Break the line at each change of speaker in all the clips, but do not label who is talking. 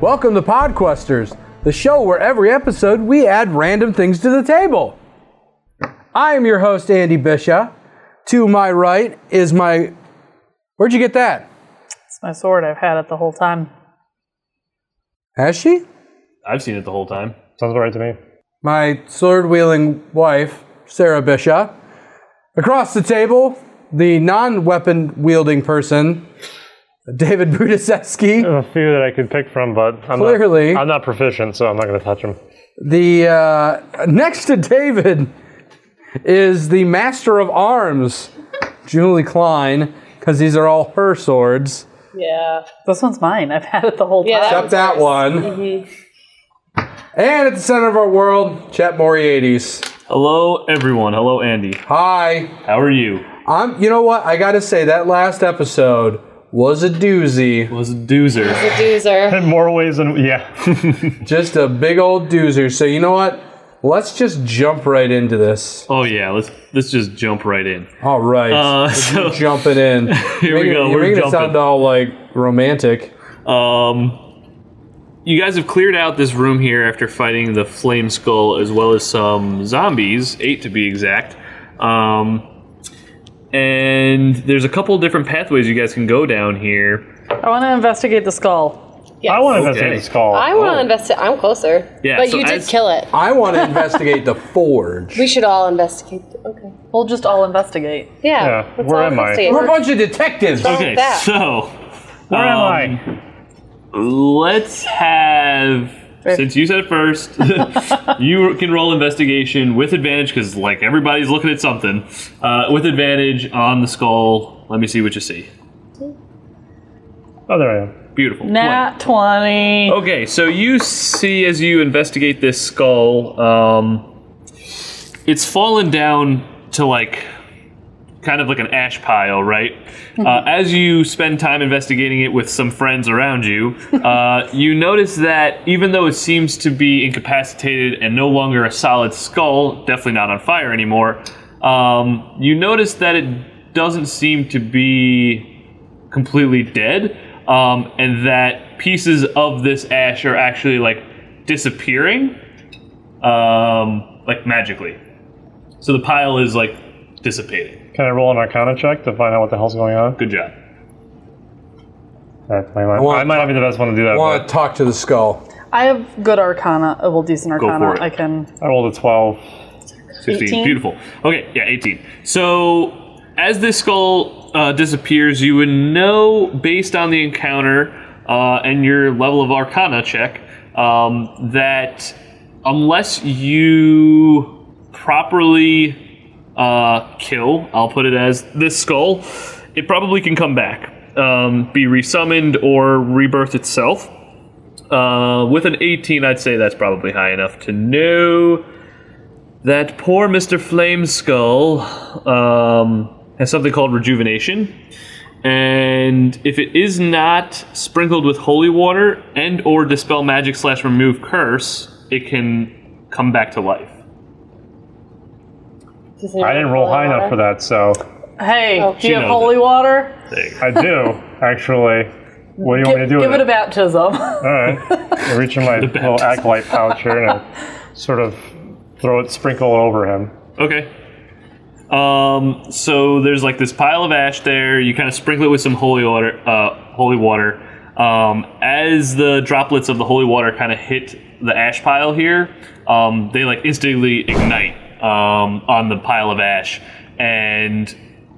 Welcome to Podquesters, the show where every episode we add random things to the table. I am your host, Andy Bisha. To my right is my. Where'd you get that?
It's my sword. I've had it the whole time.
Has she?
I've seen it the whole time.
Sounds about right to me.
My sword wielding wife, Sarah Bisha. Across the table, the non weapon wielding person, David Budaseski.
There's a few that I could pick from, but I'm
Clearly.
not, I'm not proficient, so I'm not going to touch them.
The uh, next to David is the Master of Arms, Julie Klein, because these are all her swords.
Yeah.
This one's mine. I've had it the whole
Yeah,
time.
that
Except that one. And at the center of our world, Chet Moriarty's.
Hello, everyone. Hello, Andy.
Hi,
How are you?
I'm. You know what? I gotta say that last episode was a doozy.
Was a doozer.
The doozer.
In more ways than yeah.
Just a big old doozer. So you know what? Let's just jump right into this.
Oh yeah, let's let's just jump right in.
All right,
Uh,
Let's
so-
keep jumping in.
Here we go.
You're
We're
making it sound
jumping.
all like romantic.
Um, you guys have cleared out this room here after fighting the flame skull as well as some zombies, eight to be exact. Um, and there's a couple different pathways you guys can go down here.
I want to investigate the skull.
I want to
Okay.
investigate this call.
I want to investigate. I'm closer.
Yeah,
But
so
you did
as-
kill it.
I want to investigate the forge.
We should all investigate. Okay.
We'll just all investigate.
Yeah.
Yeah,
let's
where
all
am I?
investigate.
We're a bunch of detectives.
What's wrong
Okay,
with that?
so
Where am
um,
I?
Let's have. Since you said it first, you can roll investigation with advantage because, like, everybody's looking at something. Uh, with advantage on the skull. Let me see what you see.
Oh, there I am.
Beautiful.
Nat 20.
One. Okay, so you see as you investigate this skull, um, it's fallen down to like kind of like an ash pile, right? Uh, as you spend time investigating it with some friends around you, uh, you notice that even though it seems to be incapacitated and no longer a solid skull, definitely not on fire anymore, um, you notice that it doesn't seem to be completely dead, um, and that pieces of this ash are actually like disappearing, um, like magically. So the pile is like dissipating.
Can I roll an Arcana check to find out what the hell's going on?
Good job.
I, I might,
want-
I might not be the best one to do
I
that.
want to talk to the skull.
I have good arcana. Oh, well, decent arcana.
for it.
I can.
but I rolled a twelve.
16.
18?
Beautiful. Okay, yeah, 18. So as this skull uh, disappears, you would know based on the encounter uh, and your level of arcana check um, that unless you properly uh, kill, I'll put it as this skull, it probably can come back, um, be resummoned, or rebirth itself. Uh, with an 18, I'd say that's probably high enough to know that poor Mr. Flameskull um, has something called rejuvenation. And if it is not sprinkled with holy water and or dispel magic slash remove curse, it can come back to life.
Does anyone
I didn't roll
have
high enough for that, so
Hey,
Oh,
do
she
you have
knows
holy water?
I do actually. What do you want me to do
Give it
with
a baptism.
All right. I reach in my little acolyte pouch here and I sort of throw it, sprinkle it over him.
Okay. Um, so there's like this pile of ash there. You kind of sprinkle it with some holy water. Uh, holy water. Um, as the droplets of the holy water kind of hit the ash pile here, um, they like instantly ignite um, on the pile of ash, and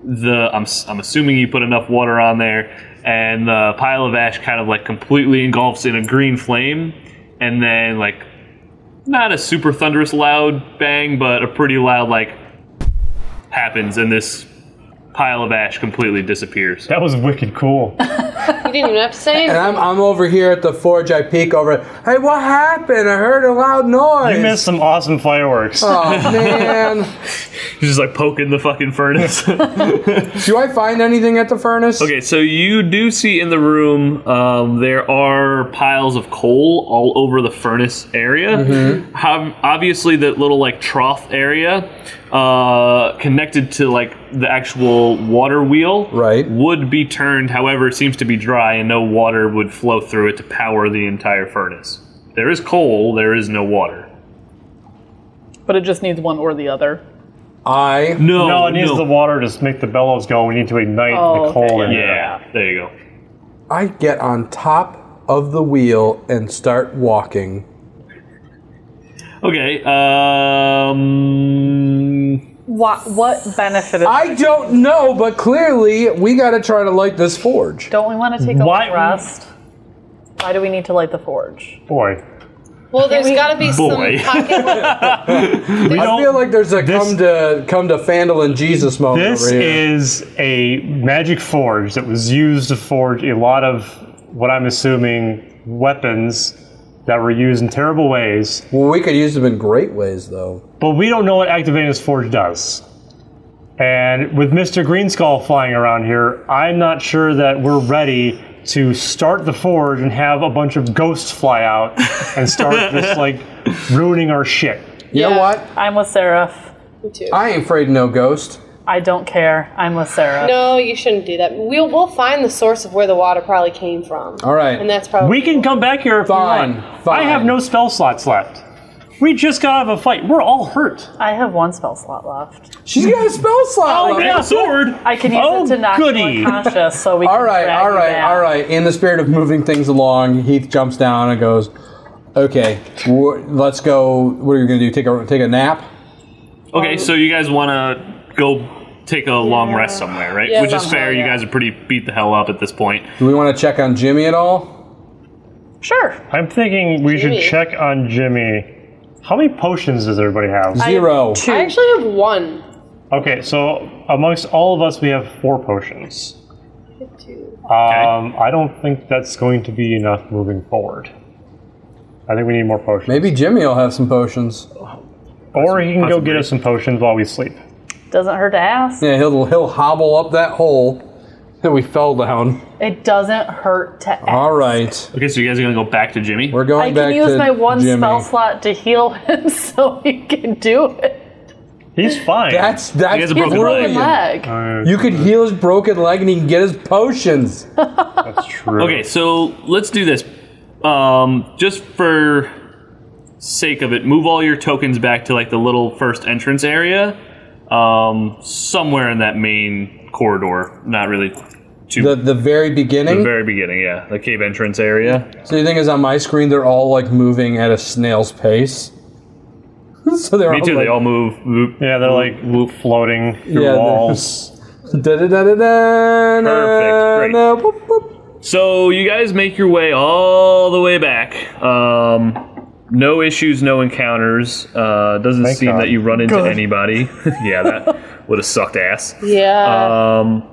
the I'm, s- I'm assuming you put enough water on there, and the pile of ash kind of like completely engulfs in a green flame, and then like not a super thunderous loud bang, but a pretty loud like happens, and this pile of ash completely disappears.
That was wicked cool.
You didn't even have to say
And
anything.
I'm, I'm over here at the forge. I peek over. Hey, what happened? I heard a loud noise.
You missed some awesome fireworks.
Oh man!
He's just like poking the fucking furnace.
Do I find anything at the furnace?
okay, so you do see in the room um, there are piles of coal all over the furnace area. Hob- obviously, that little like trough area uh, connected to like the actual water wheel
Right.
would be turned. However, it seems to be dry, and no water would flow through it to power the entire furnace. There is coal. There is no water.
But it just needs one or the other.
I
No,
Oh, No, it needs the water to make the bellows go. We need to ignite
Oh,
the coal
okay,
in there.
Yeah, there you go.
I get on top of the wheel and start walking.
Okay. Um,
What what benefited?
I don't know, but clearly we got to try to light this forge.
Don't we want to take a
Why-
long rest? Why do we need to light the forge?
Boy,
Well, there's got to be
Boy.
some pocket.
we
I feel like there's a
this-
come to come to Fandolin Jesus moment
This
over here.
is a magic forge that was used to forge a lot of what I'm assuming weapons that were used in terrible ways.
well, we could use them in great ways, though.
But we don't know what activating this forge does. And with Mr. Greenskull flying around here, I'm not sure that we're ready to start the forge and have a bunch of ghosts fly out and start just like ruining our shit.
You know
Yeah.
what?
I'm with Seraph.
too.
I ain't afraid of no ghost.
I don't care. I'm with Seraph.
No, you shouldn't do that. We'll we'll find the source of where the water probably came from.
All right.
And that's probably
We can come back here if
Fine,
we want.
fine.
I have no spell slots left. We just got out of a fight. We're all hurt.
I have one spell slot left.
She's got a spell slot.
Oh,
on her.
yeah.
sword.
I can use
Oh,
it to knock
goody.
you unconscious, so we.
All
can
right,
drag
all
you
right,
back.
all right. In the spirit of moving things along, Heath jumps down and goes, "Okay, wh- let's go. What are you gonna do? Take a take a nap?
Okay, so you guys want to go take a long rest somewhere, right?
Yeah,
Which is
somehow,
fair. You
yeah.
guys are pretty beat the hell up at this point.
Do we want to check on Jimmy at all?
Sure.
I'm thinking we
Jimmy.
should check on Jimmy. How many potions does everybody have?
Zero.
Two.
I actually have one.
Okay, so amongst all of us, we have four potions.
Two.
Um, I don't think that's going to be enough moving forward. I think we need more potions.
Maybe Jimmy will have some potions.
Or he can go
Possibly.
get us some potions while we sleep.
Doesn't hurt to ask.
Yeah, he'll he'll hobble up that hole that we fell down.
It doesn't hurt to ask.
All right,
Okay, so you guys are gonna go back to Jimmy.
we're going
I
back
can use
to
my one
Jimmy.
spell slot to heal him, so he can do it.
He's fine.
That's that's
He has a
His
broken
broken
leg.
leg.
Uh,
You could heal his broken leg and he can get his potions.
that's true.
Okay, so let's do this. Um, just for sake of it, move all your tokens back to like the little first entrance area, um, somewhere in that main corridor. Not really too
The the very beginning.
Mm-hmm.
the very beginning, yeah, the cave entrance area.
so you think is on my screen they're all like moving at a snail's pace. so they're
Me
all
too.
like,
They all move. move.
Yeah, they're like loop floating through
Yeah, they're-
walls.
Perfect.
Perfect, great. So you guys make your way all the way back. Um, no issues, no encounters. Uh, doesn't
Thank
seem
God.
that you run into anybody. yeah, that would have sucked ass.
Yeah.
Uh,
Um,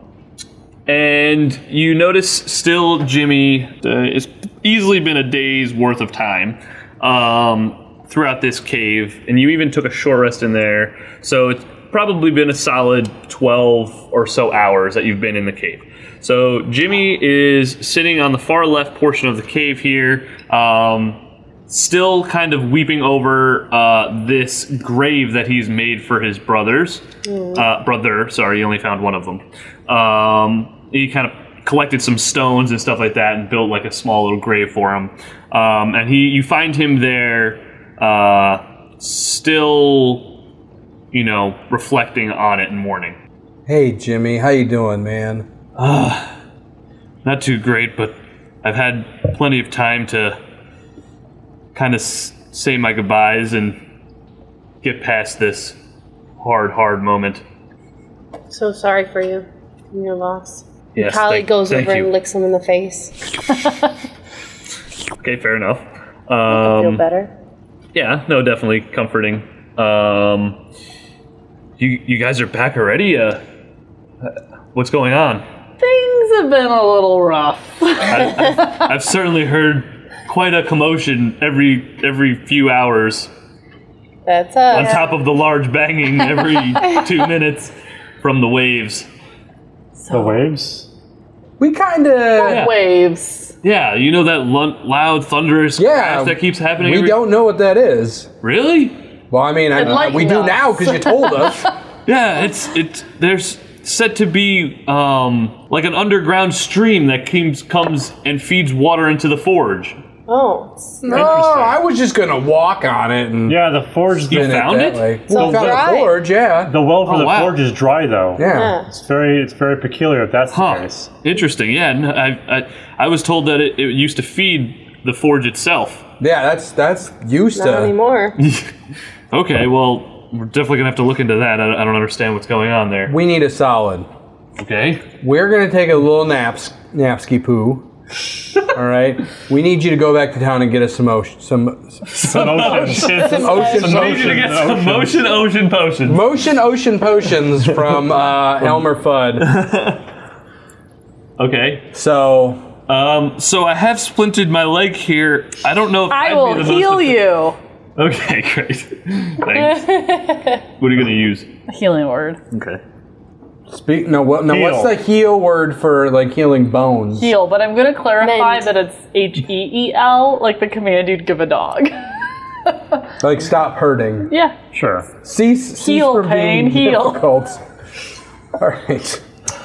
and you notice still Jimmy, uh, it's easily been a day's worth of time um, throughout this cave, and you even took a short rest in there. So it's probably been a solid 12 or so hours that you've been in the cave. So Jimmy is sitting on the far left portion of the cave here. Um, Still kind of weeping over uh, this grave that he's made for his brothers uh, brother. Sorry, you only found one of them. Um, he kind of collected some stones and stuff like that and built like a small little grave for him. Um, and he, you find him there, uh, still, you know, reflecting on it and mourning.
Hey Jimmy, how you doing, man?
not too great, but I've had plenty of time to kind of s- say my goodbyes and get past this hard, hard moment.
so sorry for you and your loss.
Yes,
Kylie
thank-
goes
thank
over
you.
and licks him in the face.
Okay, fair enough.
Feel
Hmm.
Um,
better.
Yeah, no, definitely comforting. Um, you you guys are back already. Uh, what's going on?
Things have been a little rough.
I've certainly heard quite a commotion every every few hours.
That's uh,
On
us.
top of the large banging every two minutes from the waves.
The waves.
We kind of
Oh,
Waves.
Yeah, you know that lun- loud thunderous
Yeah,
crash that keeps happening.
we
every-
don't know what that is.
really.
Well, I mean, I,
Enlighten
we do
us.
now because you told us.
Yeah, it's it's there's said to be um, like an underground stream that comes comes and feeds water into the forge.
Oh, it's
no, I was just gonna walk on it and.
Yeah, the forge.
You
The,
found it?
Way.
all
Well, found
dry.
the forge, yeah.
the well for
Oh,
the
wow.
forge is dry though.
yeah.
yeah.
It's very it's very peculiar if that's
Huh.
the case.
Interesting. Yeah, no, I, I I was told that it, it used to feed the forge itself.
Yeah, that's that's used
not
to.
anymore.
Okay, well we're definitely gonna have to look into that. I, I don't understand what's going on there.
We need a solid.
Okay.
We're gonna take a little naps, napsky poo. All right. We need you to go back to town and get us some ocean, some
Some ocean.
ocean,
Some
potions.
Need you to get
Ocean,
some motion ocean potion.
motion ocean potions from uh, Elmer Fudd.
Okay.
So
Um, so I have splinted my leg here. I don't know if
I
I'd
will
be the most
heal
efficient-
you.
Okay, great. Thanks. what are you gonna use?
Healing word.
Okay.
speak. No, what? No, what's the
Heal.
heal word for like healing bones?
Heal, but I'm gonna clarify
Mend.
that it's H E E L, like the command you'd give a dog.
Like stop hurting.
yeah.
Sure.
Cease. cease
Heal,
from being
pain, heal.
Difficult. All right.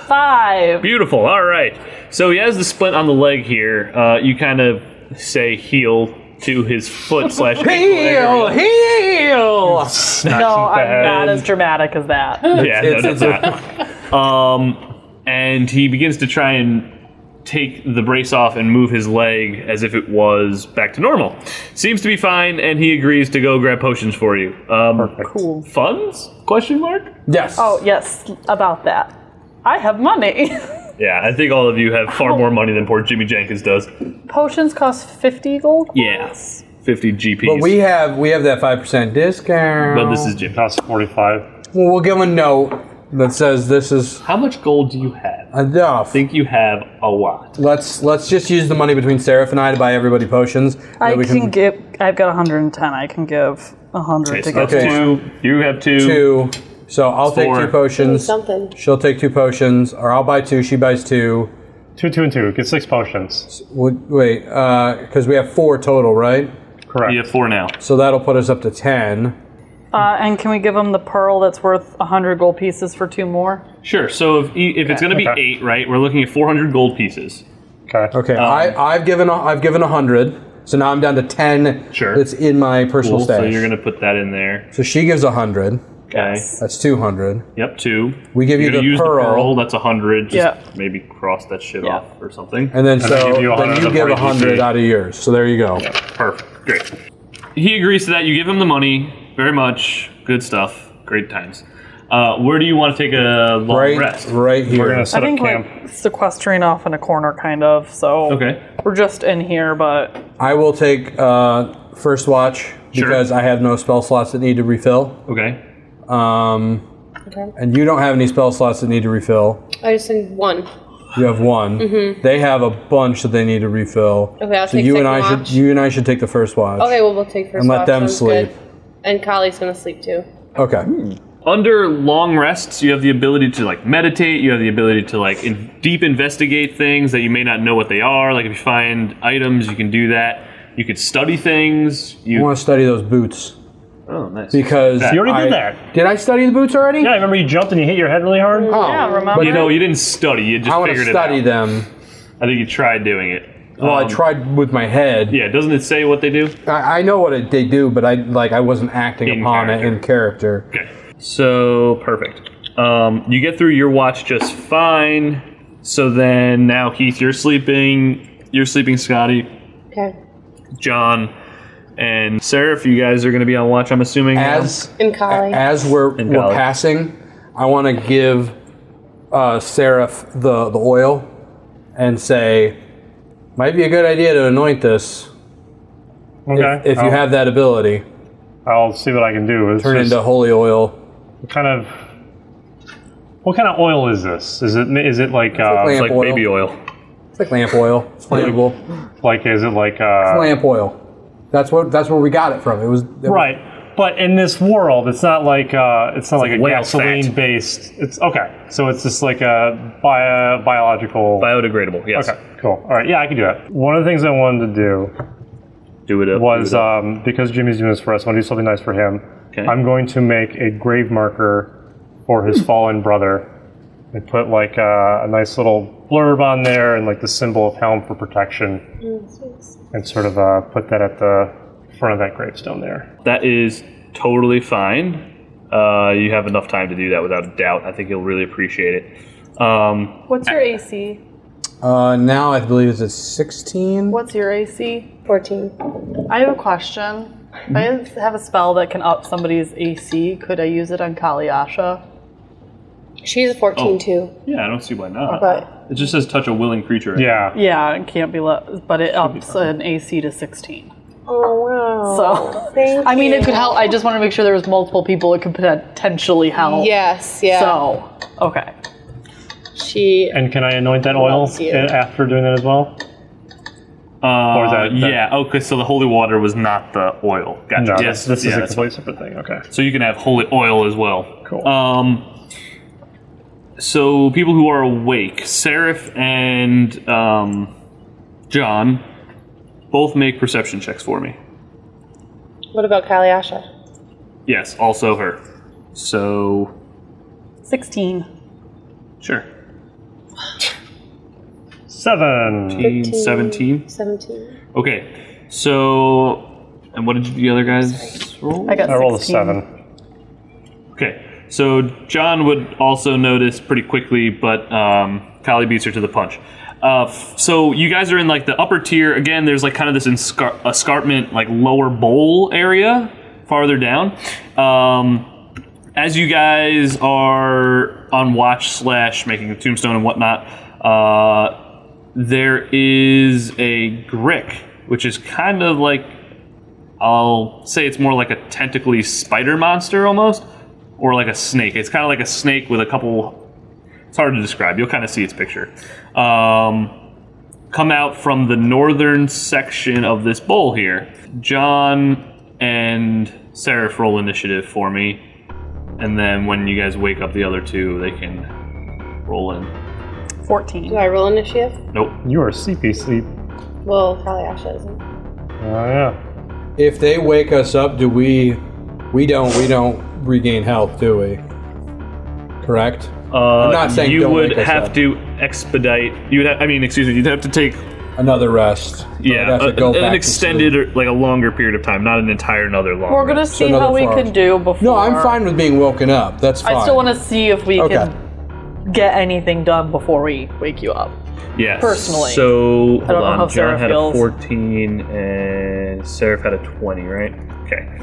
Five.
Beautiful. All right. So he has the splint on the leg here. Uh, you kind of say heal to his foot slash ankle area.
Heal, heal.
No, I'm not as dramatic as that.
Yeah, no,
It's-
that's not. Um, and he begins to try and take the brace off and move his leg as if it was back to normal. Seems to be fine, and he agrees to go grab potions for you. Um,
Cool.
Funds? Question mark?
Yes.
Oh, yes, about that. I have money.
Yeah, I think all of you have far more money than poor Jimmy Jenkins does.
Potions cost 50 gold?
Yes. 50 GPs.
But we have we have that five percent discount.
But this is Jim.
Cost forty five.
Well, we'll give a note that says this is
How much gold do you have? I
enough.
think you have a lot.
Let's let's just use the money between Seraph and I to buy everybody potions. and
I
then we
can give. I've got 110. I can give 100
Okay,
to
so
get
that's
Okay.
two. You have two.
two. So I'll
Four.
take two potions.
Something.
She'll take two potions, or I'll buy two. She buys two.
Two, two, and two. Get six potions.
Wait, Wait, because we have four total, right?
Correct.
You have four now.
So that'll put us up to ten.
Uh, and can we give him the pearl that's worth 100 gold pieces for two more?
Sure. So if, e- if it's going to be
Okay.
eight, right, we're looking at 400 gold pieces.
Okay.
Okay, I I've given a, I've given a hundred. So now I'm down to ten.
Sure.
That's in my personal
Cool.
stash.
So you're going to put that in there.
So she gives a hundred.
Okay.
That's two hundred.
Yep, two.
We give you
You're going to
the
use
pearl,
the pearl. That's 100. Just
Yeah.
maybe cross that shit
Yeah.
off or something.
and then
I
so
give you a
then
hundred
you
of
give a
RGC.
hundred out of yours. So there you go.
Perfect. Great. He agrees to that. You give him the money. Very much. Good stuff. Great times. Uh, where do you want to take a long
Right,
rest?
right here.
We're gonna set
I think
up camp.
we're sequestering off in a corner, kind of. So
Okay.
we're just in here, but
I will take uh, first watch because I have no spell slots that need to refill.
Okay.
Um,
Okay.
and you don't have any spell slots that need to refill.
I just need one.
You have one. They have a bunch that they need to refill.
Mm-hmm. Okay, I'll
so
take
you
second
and I
watch.
should you and I should take the first watch.
Okay, well, we'll take first
And let
watch,
them
sounds good.
sleep.
And Kali's gonna sleep too.
Okay.
Hmm. under long rests you have the ability to like meditate you have the ability to like in- deep investigate things that you may not know what they are like if you find items you can do that you could study things
I
you
want to study those boots
oh nice
because
That-
You already did
I-
that.
Did I study the boots already? Oh.
Yeah, I remember you jumped and you hit your head really hard.
yeah, remember?
you know you didn't study you just
I want to
figured
study
it out
them.
i think you tried doing it
Well, I
Um,
tried with my head.
yeah doesn't it say what they do
I, I know what it, they do, but I like I wasn't acting
In
upon it in character.
okay so perfect um, you get through your watch just fine so then now heath you're sleeping you're sleeping scotty
Okay.
John and Seraph, you guys are going to be on watch, I'm assuming. now?
As
And Kali.
as we're,
And
we're
garlic.
passing, I want to give uh, Seraph the, the oil and say, might be a good idea to anoint this
Okay.
if you
I'll-
have that ability.
I'll see what I can do. It's
Turn
just-
into holy oil.
what kind of what kind of oil is this? Is it is it like uh,
like lamp
It's like
oil.
baby oil.
It's like lamp oil. It's flammable.
like is it like uh,
lamp oil. That's what that's where we got it from. It was it
right? But in this world, it's not like uh, it's not like, a
whale
gasoline based. It's okay. So it's just like a bio, biological.
Biodegradable, yes.
Okay, cool. All right, yeah, I can do that. One of the things I wanted to do
Do it up.
was
do it up.
um, because Jimmy's doing this for us. I want to do something nice for him.
Okay.
I'm going to make a grave marker for his fallen brother. I put like uh, a, a nice little blurb on there and like the symbol of helm for protection, and sort of uh, put that at the front of that gravestone there.
That is totally fine. Uh, you have enough time to do that without a doubt. I think you'll really appreciate it. Um,
What's your AC?
Uh, now I believe it's a 16.
What's your AC?
14.
I have a question.
Mm-hmm.
If I have a spell that can up somebody's AC. Could I use it on Kaliasha?
She's a 14
Oh.
too.
yeah, I don't see why not.
But
It just says touch a willing creature.
Yeah.
Yeah, it can't be low, but it ups an AC to 16.
oh wow.
So,
Oh,
Thank
I mean,
you.
it could help. I just want to make sure there was multiple people it could potentially help.
Yes, yeah.
So, okay.
she
And can I anoint that oil
Loves
a-
you.
after doing that as well?
Uh,
Or that- that-
yeah. Okay. So the holy water was not the oil. Gotcha.
No,
yes.
uh, this
yeah,
is a
that's
completely separate thing. Okay.
So you can have holy oil as well.
Cool.
Um, so people who are awake, Seraph and um, John, both make perception checks for me.
What about Kaliasha?
Yes, also her. So
16.
sure.
Seven.
15, 17.
17.
Okay. So, and what did the other guys roll?
I got
I rolled a
16.
seven.
Okay, so John would also notice pretty quickly, but um, Kali beats her to the punch. Uh, f- so you guys are in like the upper tier. Again, there's like kind of this escar- escarpment, like lower bowl area farther down. Um, as you guys are on watch slash making a tombstone and whatnot, uh, there is a grick, which is kind of like I'll say it's more like a tentacly spider monster almost, or like a snake. It's kind of like a snake with a couple. It's hard to describe. You'll kind of see its picture. Um, come out from the northern section of this bowl here. John and Seraph roll initiative for me, and then when you guys wake up the other two, they can roll in.
14.
Do I roll initiative?
Nope.
You are sleepy, sleep.
Well, Kaliasha isn't.
Oh yeah.
If they wake us up, do we. We don't. We don't regain health, do we? Correct?
Uh,
I'm not saying
you
don't
would
wake us
have
up.
to expedite. You would. Ha- I mean, excuse me. You'd have to take
Another rest. I'd
Yeah,
uh,
have to
a-
go back
an
to
extended,
sleep.
or, like a longer period of time, not an entire another long.
We're going to
rest.
see
another
how we
four
can
hours.
do before.
No, I'm fine with being woken up. That's fine.
I still want to see if we
Okay.
can get anything done before we wake you up.
Yes.
personally.
So hold
know
on.
how
John
Seraph
had
feels.
a 14 and Seraph had a 20, right? Okay.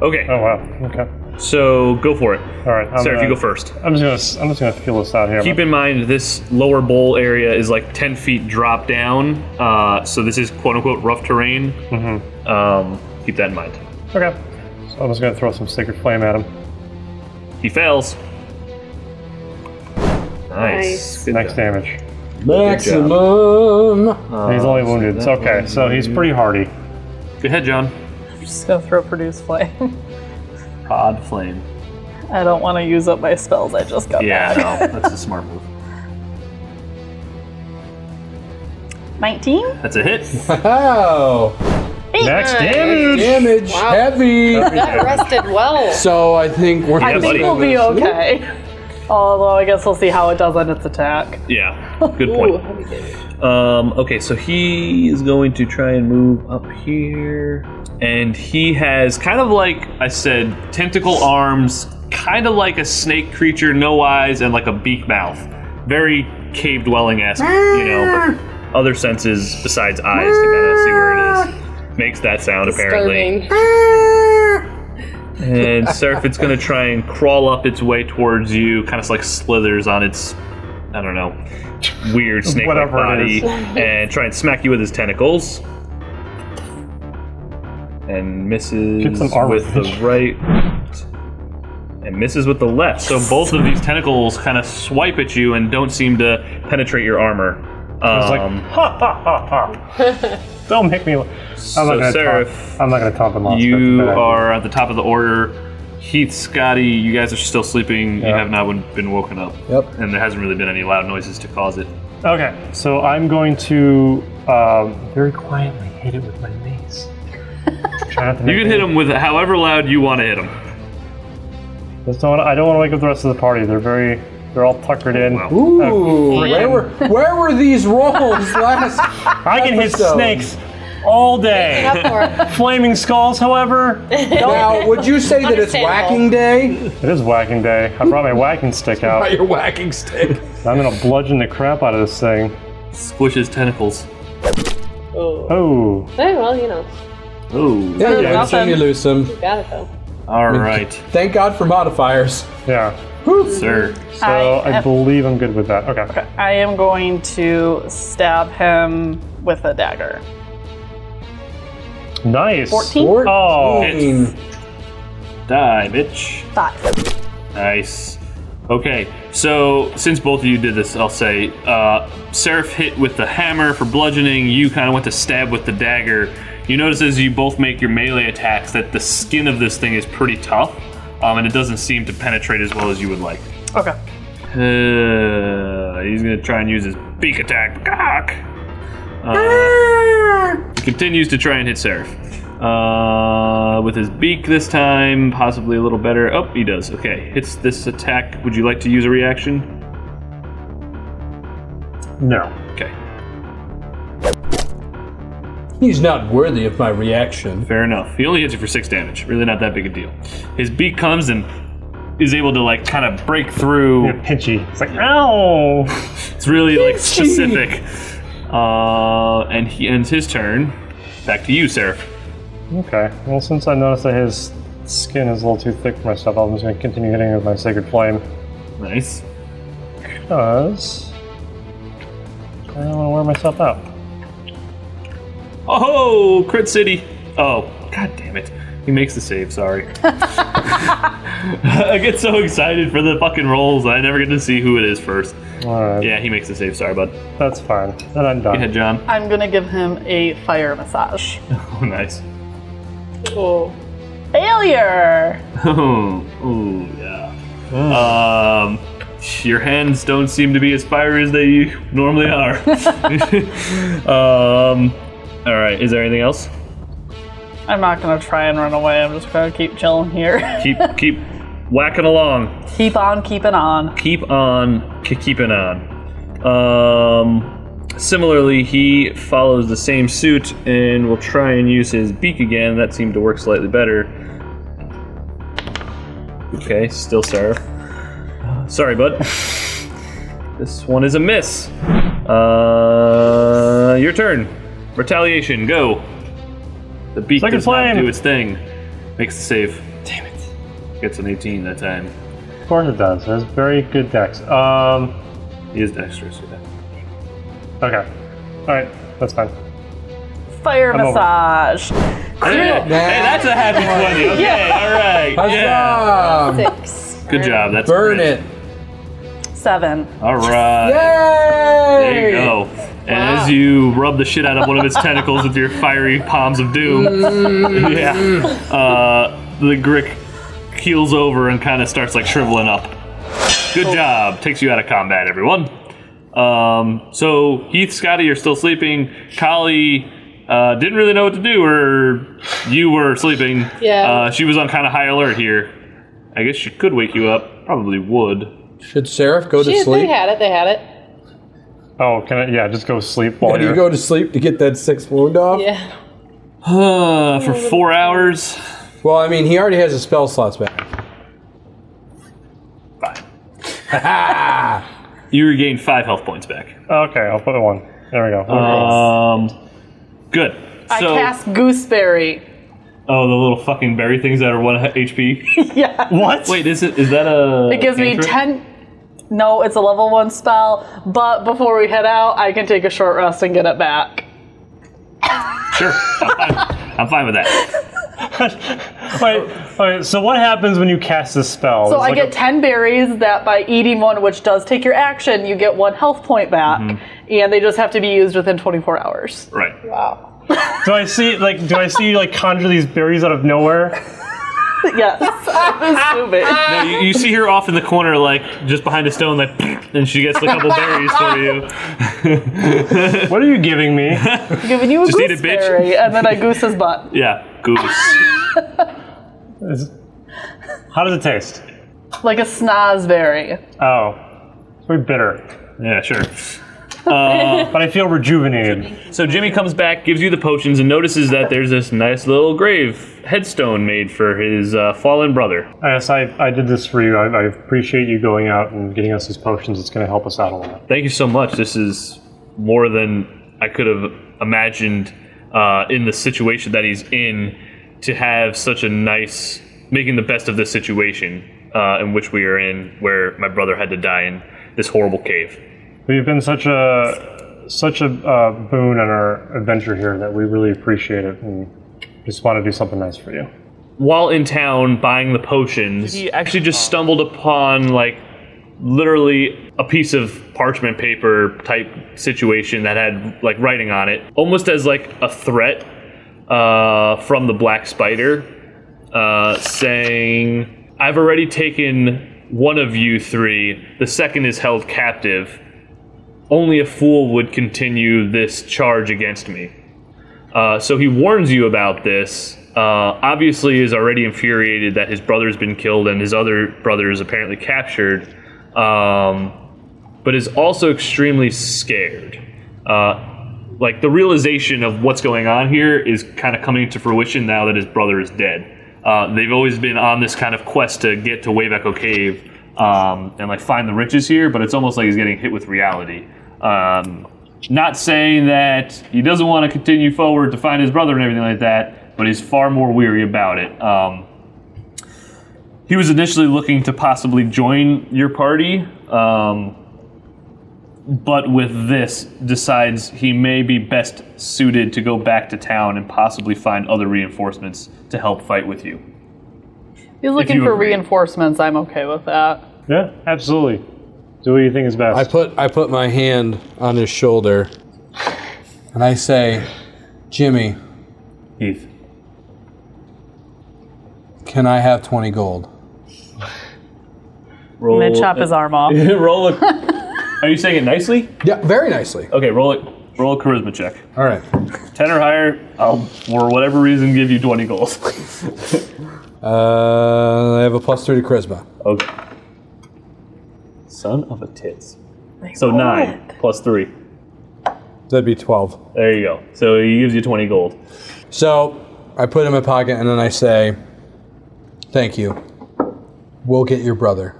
Okay.
Oh wow. Okay.
So go for it,
All right. I'm
Seraph.
gonna-
You go first.
I'm just gonna. s- I'm just gonna feel this out here.
Keep in mind this lower bowl area is like 10 feet drop down, uh, so this is quote unquote rough terrain. Mm-hmm. Um, keep that in mind.
Okay. So I'm just gonna throw some sacred flame at him.
He fails. Nice. Good
Next
job.
damage.
Maximum.
And he's only wounded.
Uh, that
So okay. So he's pretty hardy.
Go ahead, John.
Just going to throw Produce Flame.
Pod flame.
I don't want to use up my spells I just got
Yeah,
back.
no, that's a smart move.
19?
That's a hit.
Oh,
Max damage.
damage heavy.
That rested well.
So I think we're.
I
Yeah,
think
buddy.
we'll be okay. Although I guess we'll see how it does on its attack.
Yeah, good point. Um, okay, so he is going to try and move up here, and he has kind of like I said, tentacle arms, kind of like a snake creature, no eyes, and like a beak mouth, very cave dwelling esque, you know. But other senses besides eyes to kind of see where it is. Makes that sound apparently.
Disturbing.
And Seraph, it's going to try and crawl up its way towards you, kind of like slithers on its, I don't know, weird snake like
Whatever it
body,
is.
and try and smack you with his tentacles. And misses
Get some armor,
with
bitch.
the right. And misses with the left. So both of these tentacles kind of swipe at you and don't seem to penetrate your armor.
It's like
Um,
ha ha ha ha. Don't make me. I'm not gonna.
Seraph,
taunt, I'm not gonna taunt the monster.
You
but I-
are at the top of the order. Heath, Scotty, you guys are still sleeping. You
Yeah.
have not been- been woken up.
Yep.
And there hasn't really been any loud noises to cause it.
Okay, so I'm going to um, very quietly hit it with my mace. Try not to
You
make
can hit
any-
him with however loud you want to hit him.
Just don't wanna- I don't want to wake up the rest of the party. They're very, they're all tuckered in.
Oh, Wow.
Ooh, where were where were these rolls last?
I can hit
episode.
snakes all day.
Up for it.
Flaming skulls, however, it
Now, would you say that it's
Understandable.
whacking day?
is whacking day. I brought my whacking stick out.
Not your whacking stick.
I'm gonna bludgeon the crap out of this thing.
Squish his tentacles.
Oh,
Eh, well, you know,
Oh.
Yeah, you
Yeah,
lose him, you lose him.
got it though.
All right,
Thank God for modifiers.
yeah.
sir.
So
I
I,
have-
believe I'm good with that. Okay.
I am going to stab him with a dagger.
Nice.
14?
Oh.
Fourteen.
Die, bitch.
Five.
Nice. Okay, so since both of you did this, I'll say uh, Seraph hit with the hammer for bludgeoning. You kind of went to stab with the dagger. You notice as you both make your melee attacks that the skin of this thing is pretty tough, um, and it doesn't seem to penetrate as well as you would like.
Okay.
Uh, he's gonna try and use his beak attack. Cock. he continues to try and hit Seraph. Uh, with his beak this time, possibly a little better. Oh, he does. Okay, hits this attack. Would you like to use a reaction?
No.
Okay,
He's not worthy of my reaction.
fair enough. He only hits you for six damage. Really, not that big a deal. His beak comes and is able to like kind of break through.
You're pinchy. It's like ow.
It's really like specific. Uh, and he ends his turn. Back to you, Seraph.
Okay. Well, since I noticed that his skin is a little too thick for my stuff, I'm just gonna continue hitting it with my sacred flame.
Nice.
Because I don't want to wear myself out.
Oh, Crit City. Oh, god damn it. He makes the save, sorry. I get so excited for the fucking rolls, I never get to see who it is first.
All right.
Yeah, he makes the save, sorry, bud. Go
That's fine. Then I'm done.
ahead, John.
I'm gonna give him a fire massage.
Oh, nice.
Oh,
Failure!
Oh, ooh, yeah. Um, your hands don't seem to be as fiery as they normally are. um, all right, is there anything else?
I'm not gonna try and run away. I'm just gonna keep chilling here.
Keep, keep whacking along.
keep on keeping on.
keep on k- keeping on. Um, similarly, he follows the same suit and will try and use his beak again. That seemed to work slightly better. Okay, still Seraph. Uh, Sorry, bud. this one is a miss. Uh, your turn. Retaliation, go. The beak
Second
does not
flame.
do its thing. Makes the save. Damn it. Gets an 18 that time.
Of course it does. It has very good decks. Um.
He is dexterous with that.
Okay. All right. That's fine.
Fire
I'm over.
massage.
Hey, hey, that's a happy 20. Okay, all right. Yeah.
Huzzah!
six.
Good job. That's
Burn
great.
it.
Seven.
All right.
Yay!
There you go. And as you rub the shit out of one of its tentacles with your fiery palms of doom, yeah, uh, the Grick keels over and kind of starts like shriveling up. Good job. Takes you out of combat, everyone. Um, so Heath, Scotty, you're still sleeping. Kali uh, didn't really know what to do, or you were sleeping.
Yeah.
Uh, she was on kind of high alert here. I guess she could wake you up. Probably would.
Should Seraph go to
Jeez, they
sleep?
had it. They had it.
Oh, can I? Yeah, just go sleep while
How do
you're.
you go to sleep to get that sixth wound off?
Yeah.
Uh, for four hours.
Well, I mean, he already has his spell slots back.
Fine. you regain five health points back.
okay, I'll put one. There we go.
Uh, Um, good.
I
so,
cast gooseberry.
oh, the little fucking berry things that are one HP.
yeah.
what?
Wait, is it? Is that a?
It gives me
cantrip?
ten. No, it's a level one spell. But before we head out, I can take a short rest and get it back.
Sure, I'm fine. I'm fine with that.
Wait, wait, so what happens when you cast this spell?
So
It's
I
like
get
a-
10 berries that by eating one, which does take your action, you get one health point back. And they just have to be used within 24 hours.
Right.
Wow.
do I see like do I see you like conjure these berries out of nowhere?
yes, I'm assuming.
No, you, you see her off in the corner, like just behind a stone, like, and she gets a couple berries for you.
What are you giving me?
I'm giving you a
Just eat it, bitch.
gooseberry, and then I goose his butt.
Yeah, goose.
Is- How does it taste?
Like a snozberry.
Oh, it's very bitter,
Yeah, sure.
but I feel rejuvenated.
So Jimmy comes back, gives you the potions, and notices that there's this nice little grave headstone made for his uh, fallen brother.
Yes, I, I did this for you. I, I appreciate you going out and getting us these potions. It's going to help us out a lot.
Thank you so much. This is more than I could have imagined uh, in the situation that he's in to have such a nice, making the best of this situation uh, in which we are in, where my brother had to die in this horrible cave.
But you've been such a such a uh, boon on our adventure here that we really appreciate it and just want to do something nice for you.
while in town buying the potions, he actually just stumbled upon like literally a piece of parchment paper type situation that had like writing on it, almost as like a threat uh, from the black spider, uh, saying, "I've already taken one of you three. The second is held captive. Only a fool would continue this charge against me." Uh, so he warns you about this. Uh, obviously, is already infuriated that his brother's been killed and his other brother is apparently captured, um, but is also extremely scared. Uh, like the realization of what's going on here is kind of coming to fruition now that his brother is dead. Uh, they've always been on this kind of quest to get to Wayback Cave um, and like find the riches here, but it's almost like he's getting hit with reality. Um, not saying that he doesn't want to continue forward to find his brother and everything like that, but he's far more weary about it. Um, he was initially looking to possibly join your party, um, but with this, decides he may be best suited to go back to town and possibly find other reinforcements to help fight with you.
He's looking
you
for
agree.
reinforcements. I'm okay with that.
Yeah, absolutely. Do what you think is best.
I put I put my hand on his shoulder and I say, Jimmy,
Heath.
can I have twenty gold?
I'm gonna chop
uh,
his arm off.
roll a, Are you saying it nicely?
Yeah, very nicely.
Okay, roll it. Roll a charisma check.
All right.
10 or higher, I'll, for whatever reason, give you 20 goals.
Uh, I have a plus three to charisma.
okay. Son of a tits. So 9 plus 3.
That'd be twelve.
There you go. So he gives you 20 gold.
So I put it in my pocket and then I say, Thank you. We'll get your brother.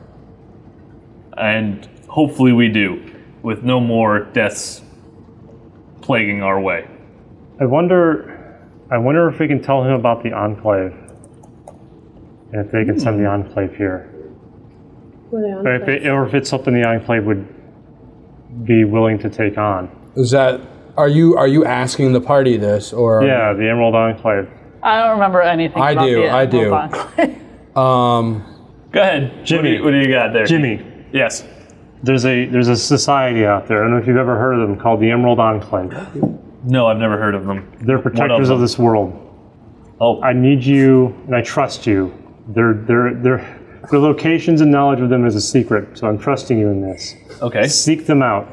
And hopefully we do, with no more deaths plaguing our way.
I wonder, I wonder if we can tell him about the enclave, and if they can send the enclave here, or if, it, or if it's something the enclave would be willing to take on.
Is that are you are you asking the party this or
Yeah, the Emerald Enclave.
I don't remember anything.
I
about
do,
the
I do.
Emerald
um
Go ahead, Jimmy. What do
Jimmy.
you, what do you got there?
Jimmy,
Yes.
there's a there's a society out there. I don't know if you've ever heard of them called the Emerald Enclave.
No, I've never heard of them.
They're protectors of
them?
this world.
Oh,
I need you, and I trust you. Their their their their locations and knowledge of them is a secret, so I'm trusting you in this.
okay.
Seek them out.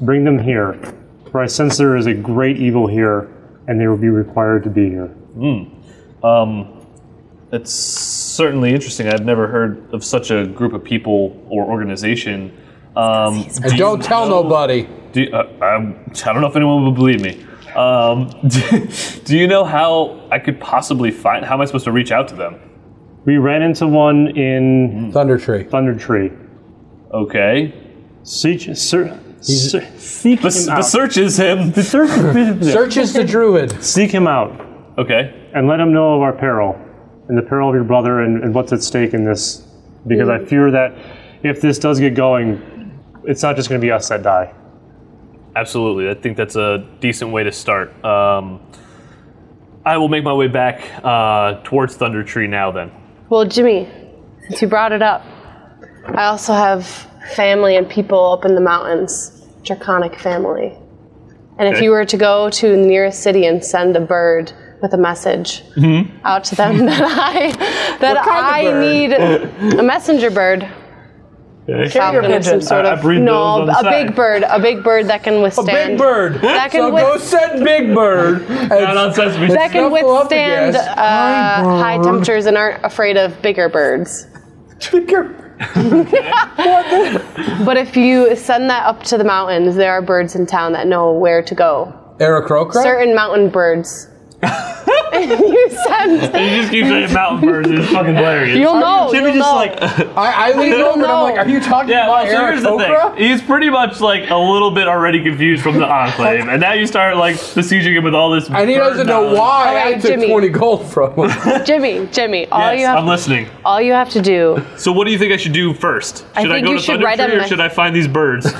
Bring them here. For I sense there is a great evil here, and they will be required to be here.
Um, it's certainly interesting. I've never heard of such a group of people or organization. Um,
and don't tell nobody.
do, uh, I, I don't know if anyone will believe me. Um, do, do you know how I could possibly find? How am I supposed to reach out to them?
We ran into one in
Thunder tree.
Thunder Tree.
Okay.
Seek, ser, ser, seek
The,
him
the
out.
search is him.
The search-
Searches the druid.
seek him out,
Okay.
and let him know of our peril, and the peril of your brother, and, and what's at stake in this. Because I fear that if this does get going, it's not just going to be us that die.
Absolutely. I think that's a decent way to start. Um, I will make my way back uh, towards Thunder Tree now. Then.
Well, Jimmy, since you brought it up, I also have family and people up in the mountains, draconic family. And if
Okay.
you were to go to the nearest city and send a bird with a message
Mm-hmm.
out to them that I that
What kind of
I
bird?
need a messenger bird. Falcon of some
pigeon.
sort
I-
of
I breed those
no,
on the
a
side.
big bird, a big bird that can
A
withstand
big bird.
That can
so
with-
go send Big Bird. and
Not on Sesame
and
that can
snuffle up
withstand
against
uh,
my
high
bird.
temperatures and aren't afraid of bigger birds.
Bigger-
But if you send that up to the mountains, there are birds in town that know where to go.
Aracrocra?
Certain mountain birds. you send.
You just keep saying mountain birds. It's fucking hilarious.
You'll know.
Jimmy
you'll
just
know.
like
I, I leaned over and I'm
know.
like, are you talking
yeah, well,
about
so here's the
Aracrocra?
thing. He's pretty much like a little bit already confused from the enclave, and now you start like besieging him with all this.
And he
bird
doesn't know
knowledge.
why I
Alright,
took
Jimmy.
20 gold from him.
Jimmy, Jimmy, all
Yes,
you have
I'm listening.
all you have to do.
So, what do you think I should do first? Should I,
think
go
you
to
should
Thunder
write
Tree
him
or
a-
should I find these birds?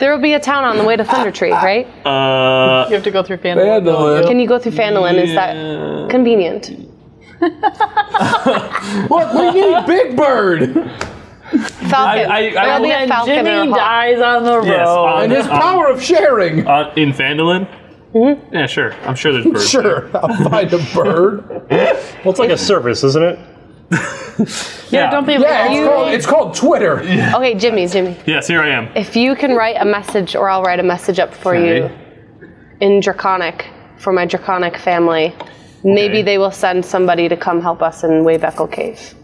There will be a town on the way to Thunder Tree, right?
Uh,
You have to go through
Fandolin.
Fandolin. don't you?
Can you go through Fandolin? Is that convenient?
what? What do you mean, Big Bird?
I-
Falcon.
I- I
There'll be a
And
falcon or a
Jimmy
hawk.
dies on the road.
yes. on-
And his
on-
power of sharing.
on- Uh, in Fandolin.
Mm-hmm.
Yeah, sure. I'm sure there's birds.
Sure, I'll find a bird.
well, it's like a service, isn't it?
Yeah, don't be
Yeah, it's
You-
called, it's called Twitter.
Okay, Jimmy, Jimmy.
Yes, here I am.
If you can write a message, or I'll write a message up for you
Okay.
in Draconic for my Draconic family, maybe
Okay.
they will send somebody to come help us in Waybeckle Cave.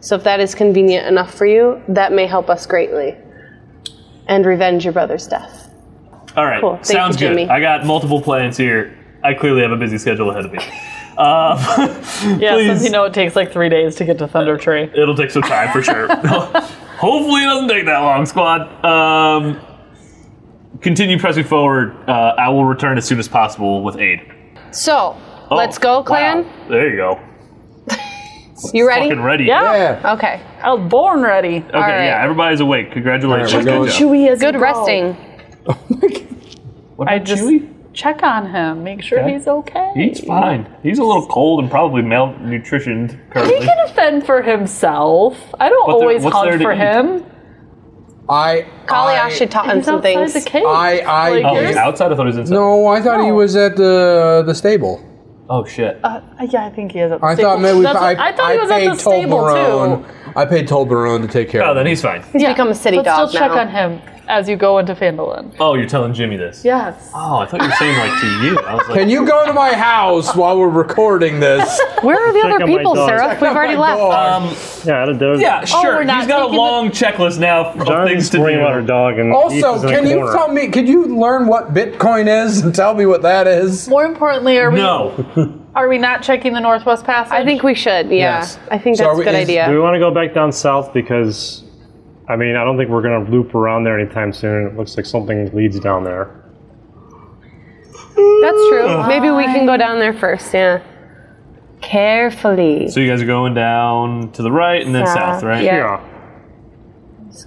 So if that is convenient enough for you, that may help us greatly and revenge your brother's death.
All right.
Cool. Thank you,
Sounds good.
Jimmy.
I got multiple plans here. I clearly have a busy schedule ahead of me. Uh,
Yeah, since
please.
you know it takes like three days to get to Thunder Tree.
It'll take some time for sure. Hopefully, it doesn't take that long, squad. Um, continue pressing forward. Uh, I will return as soon as possible with aid.
So
Oh,
let's go, clan.
wow. There you go.
You ready?
Fucking ready.
Yeah,
Yeah.
Okay.
I was born ready.
Okay.
Alright.
Yeah. Everybody's awake. Congratulations.
Alright, we're going-
Good job.
Chewy is
Good resting.
What
I
about
just
Chewie?
check on him, make sure
Okay.
he's okay.
He's fine. He's a little cold and probably malnutritioned
He
currently.
can fend for himself. I don't
But there-
always
what's there
hunt
to
for
eat?
him.
I.
Kaliashi taught him
He's
some
outside
things.
the cave.
I. I.
Like,
Oh,
I
he's
Yours?
outside. I thought he was inside.
no, I thought he
No.
was at the the stable.
Oh shit.
Uh, yeah, I think he is at the
I
stable.
thought maybe we,
That's
I,
what- I thought he was
paid
at the stable
Tolbarone.
too.
I paid Tolbarone to take care
Oh,
of
then
it.
he's fine.
He's become a city
but
dog
still check
now.
on him as you go into Fandolin.
Oh, you're telling Jimmy this.
Yes.
Oh, I thought you were saying like to you. I was like,
Can you go to my house while we're recording this?
Where are the
Check
other
on my
people,
dog.
Sarah? We've already
My
left.
dog.
um,
Yeah, that was,
yeah, sure.
Oh, we're not
he's got a
taking the-
long checklist now of
Jonathan's
things to
worrying about her
do.
dog and
also,
Ethan's in a
can you
corner.
tell me? Could you learn what Bitcoin is and tell me what that is?
More importantly, are we
No.
are we not checking the Northwest Passage?
I think we should. Yeah,
Yes.
I think
So
that's
are we-
a good
is-
idea.
Do we want to go back down south because, I mean, I don't think we're gonna loop around there anytime soon. It looks like something leads down there.
That's true. Maybe we can go down there first. Yeah. Carefully.
So you guys are going down to the right and then
South,
south, right?
yeah.
Yeah.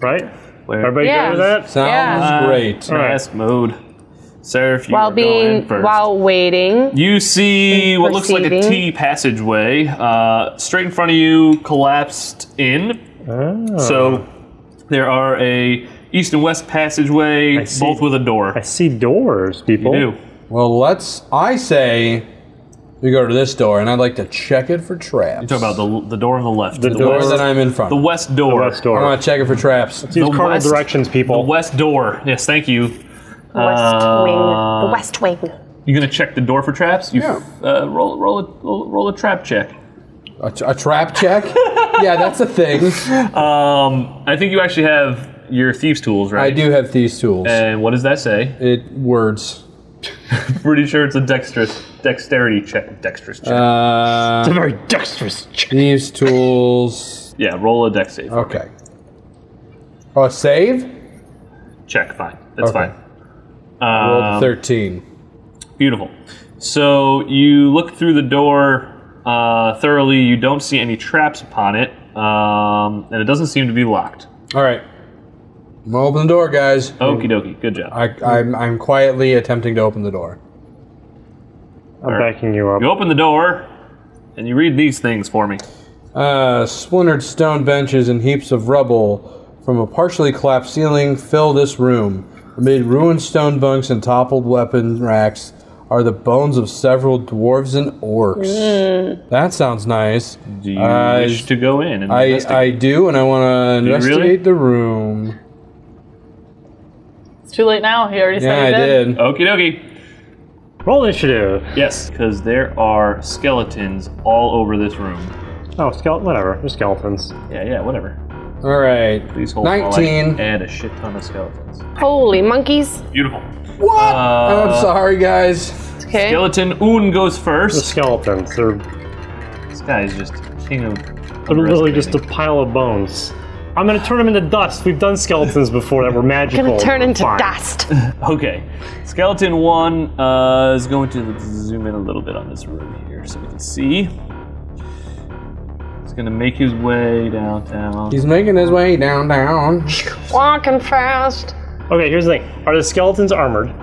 Right.
Where-
Everybody
Yeah.
good with that?
Sounds
Yeah.
great.
right.
Fast mode. Seraph, you
while
are going
being
first.
while waiting,
You see what looks like a
Perceiving.
T passageway. Uh, straight in front of you, collapsed in.
Oh.
So there are a east and west passageway,
see.
both with a door.
I see doors, people.
Ew.
Well, let's. I say we go to this door, and I'd like to check it for traps.
Talk about the, the door on the left.
The
door
west,
that I'm in front.
the
of.
west door.
West door.
I'm gonna check it for traps.
These
The
cardinal
west-
directions,
The
people.
west door. Yes, thank you.
the west wing,
Uh,
the west wing.
You gonna check the door for traps? You,
Yeah.
Uh, roll, roll, a, roll, roll a trap check.
A, a trap check? yeah, that's a thing.
Um, I think you actually have your thieves' tools,
I
right?
do have these tools.
And what does that say?
It words.
Pretty sure it's a dexterous dexterity check. Dexterous check.
Uh,
It's a very dexterous. Check.
these tools.
yeah, roll a dex save.
Okay. Oh, save.
Check. Fine. That's
Okay.
fine. Um,
Rolled thirteen.
Beautiful. So you look through the door uh, thoroughly. You don't see any traps upon it, um, and it doesn't seem to be locked.
All right. I'm gonna open the door, guys.
Okie dokie. Good job.
I, I'm, I'm quietly attempting to open the door.
I'm backing you up.
You open the door, and you read these things for me.
Uh, splintered stone benches and heaps of rubble from a partially collapsed ceiling fill this room. Amid ruined stone bunks and toppled weapon racks, are the bones of several dwarves and orcs. That sounds nice.
Do you
I-
wish to go in and
I,
investigate?
I do, and I want to
you really?
investigate the room.
It's too late now. He already
Yeah,
said
I
he
did.
Okie dokie.
Roll initiative.
Yes, because there are skeletons all over this room.
Oh, skeleton. Whatever. They're skeletons.
Yeah, yeah, whatever.
All right.
Please hold while I
19.
Add a shit ton of skeletons.
Holy monkeys.
Beautiful.
What?
Uh,
I'm sorry, guys.
It's okay.
Skeleton Un goes
The
first.
skeletons. They're,
This guy is just king of.
they're literally just a
underestimating.
pile of bones. I'm gonna turn them into dust. We've done skeletons before that were magical.
gonna turn into
Fine.
dust.
Okay. Skeleton one uh, is going to zoom in a little bit on this room here so we can see. He's gonna make his way downtown.
He's making his way down, down.
Walking fast.
Okay, here's the thing. Are the skeletons armored?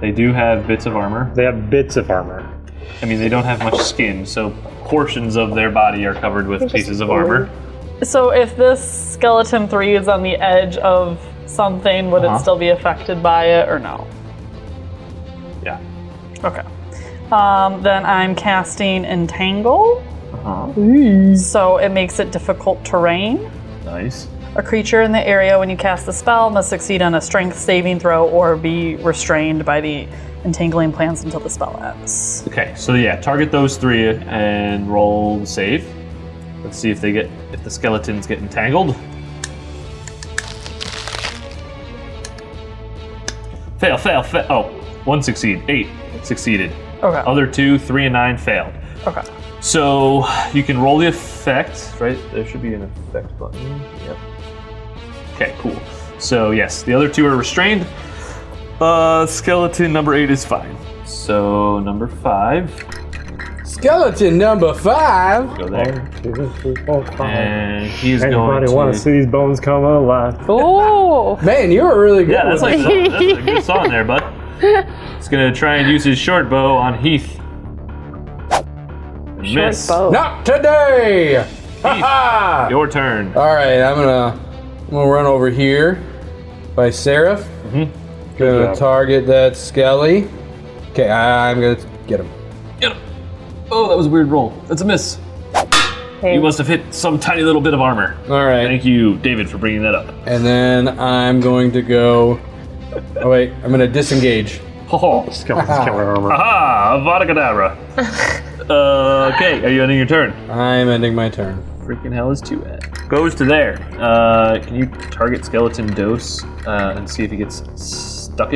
They do have bits of armor.
They have bits of armor.
I mean, they don't have much skin, so portions of their body are covered with pieces of armor.
did. So if this skeleton three is on the edge of something, would
Uh-huh.
it still be affected by it or no?
Yeah.
Okay. Um, then I'm casting Entangle.
Uh-huh.
So it makes it difficult terrain.
Nice.
A creature in the area when you cast the spell must succeed on a strength saving throw or be restrained by the entangling plants until the spell ends.
Okay, so yeah, target those three and roll the save. Let's see if they get if the skeletons get entangled. Fail, fail, fail. Oh, one succeed, eight succeeded.
Okay.
Other two, three and nine failed.
Okay.
So you can roll the effect, right? There should be an effect button. Yep. Okay, cool. So yes, the other two are restrained. Uh, skeleton number eight is fine. So number five,
Skeleton number five.
go there.
Anybody
And he's going to.
want to Oh. see these bones come alive?
Ooh!
Man, you were really good.
Yeah, that's
with
like
it.
that's a good song there, bud. He's gonna try and use his short bow on Heath. Miss.
Bow.
not today. Ha ha!
Your turn.
All right, I'm gonna I'm gonna run over here by Seraph. Mm-hmm. Gonna
job.
target that Skelly. Okay, I'm gonna get him.
Get him. Oh, that was a weird roll. That's a miss. You must have hit some tiny little bit of armor.
All right,
Thank you, David, for bringing that up.
and then I'm going to go. Oh wait, I'm gonna disengage.
Ha ha.
Skeletons killer armor.
Ah, Avada Kedavra. uh, okay, are you ending your turn?
I'm ending my turn.
freaking hell is two at? Goes to there. Uh, can you target skeleton dose uh, and see if he gets stucked?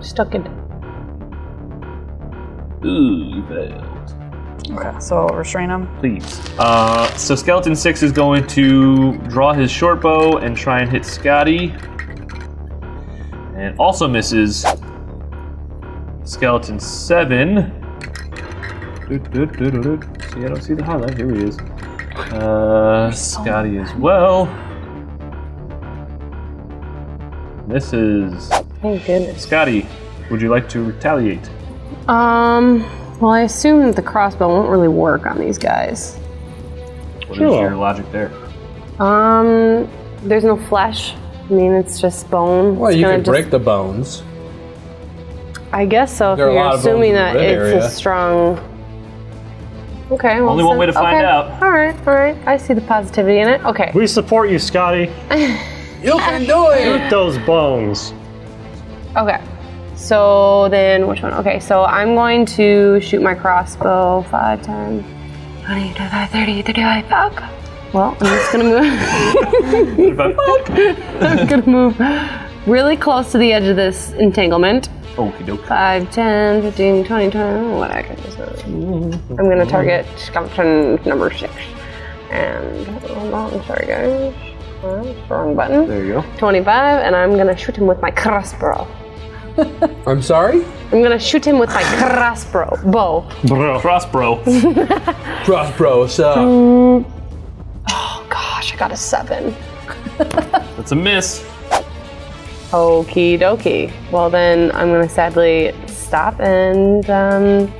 Stuck it.
Ooh, you failed.
Okay, so restrain him.
Please. Uh, so skeleton six is going to draw his short bow and try and hit Scotty, and also misses. Skeleton seven. See, I don't see the highlight. Here he is. Uh, Scotty as well. Misses.
Thank goodness.
Scotty, would you like to retaliate?
Um. Well, I assume that the crossbow won't really work on these guys.
What is
Sure.
your logic there?
Um. There's no flesh. I mean, it's just bone.
Well,
It's
you
gonna
can
just-
break the bones.
I guess so. If
There are a
you're
lot of bones
assuming
in the
that
red
it's
area.
a strong. Okay. Well,
Only one
so-
way to find
okay.
out.
All right. All right. I see the positivity in it. Okay.
We support you, Scotty.
You can do it.
Eat those bones.
Okay. So then, which one? Okay. So I'm going to shoot my crossbow five times. 20, 25, 30, 35. Fuck. Well, I'm just gonna move. I'm gonna move really close to the edge of this entanglement.
Okie doke.
5, 10, 15, 20, 20, what I can just, I'm gonna target skeleton number 6. And, hold on, I'm sorry guys. Uh, Wrong button.
There you go.
25, and I'm gonna shoot him with my crossbow.
I'm sorry.
I'm gonna shoot him with my crossbow. Bow.
Bro.
Cross bro.
Cross bro, so
Gosh, I got a 7.
That's a miss.
Okie dokie. Well, then I'm gonna sadly stop and, um,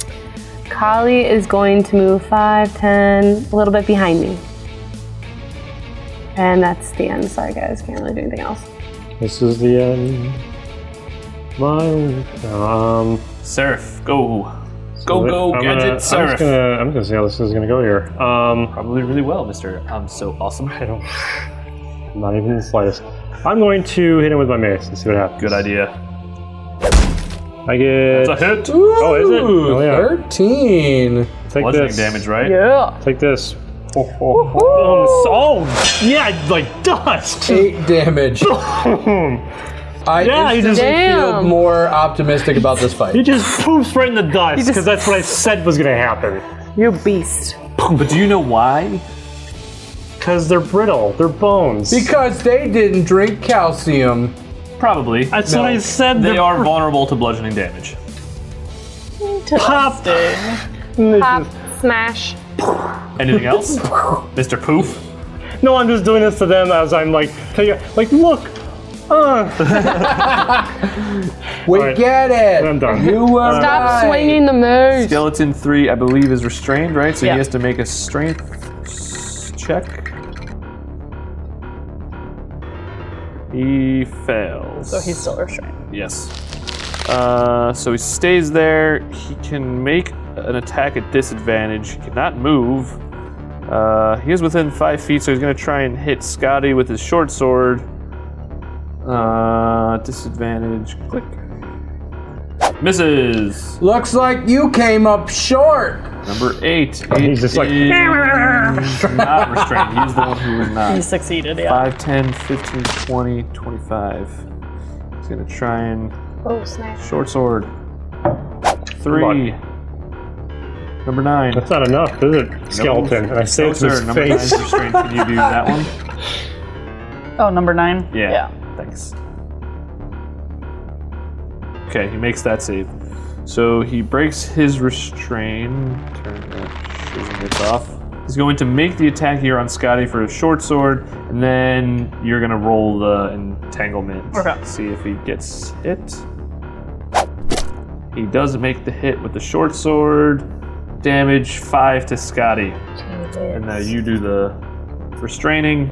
Kali is going to move 5, 10, a little bit behind me. And that's the end. Sorry, guys, can't really do anything else.
This is the end. My um.
Seraph, go.
Go
go, gadget
I'm
Seraph.
just gonna. I'm gonna see how this is gonna go here. Um,
Probably really well, Mister. I'm so awesome.
I don't. Not even the slightest. I'm going to hit him with my mace and see what happens.
Good idea.
I get.
It's a hit.
Oh, is it?
Ooh,
Oh, yeah.
13.
Take
Bludgeoning
this.
damage, right?
Yeah.
Take this. Oh, oh, oh, oh, yeah, like dust.
8 damage.
he
I
Yeah, you
instantly feel
Damn.
more optimistic about this fight.
just poofs right in the dust because
just-
that's what I said was gonna happen.
You beast.
But do you know why?
Because they're brittle, they're bones.
Because they didn't drink calcium.
Probably.
that's what I said.
They
they're
are vulnerable to bludgeoning damage.
pop.
Pop, smash.
Anything else, Mister Poof?
No, I'm just doing this to them as I'm like, tell you, like, look. Uh,
We
Alright.
get it.
I'm done.
You were
Stop
right.
swinging the moose.
Skeleton three, I believe, is restrained, right? So
Yeah.
he has to make a strength s- check. He fails.
So he's still restrained.
yes. Uh, so he stays there. He can make an attack at disadvantage. He cannot move. Uh, he is within five feet, so he's going to try and hit Scotty with his short sword. Uh, disadvantage. Click. Misses.
Looks like you came up short.
Number eight.
he's just like-
is not restrained. He's the one who was
He
not.
succeeded, yeah.
5, 10, 15, 20, 25. He's going to try and
Oh, smash.
short sword. Three. Number nine.
that's not enough, is it? Skeleton. And I say
No,
it to
sir.
his
Number nine is
face.
restrained. Can you do that one?
Oh, number nine?
Yeah. Thanks. Okay, he makes that save. So he breaks his restrain. Turn that shizzing bits off. He's going to make the attack here on Scotty for a short sword, and then you're gonna roll the entanglement.
Okay.
See if he gets hit. He does make the hit with the short sword. Damage five to Scotty. And now you do the restraining.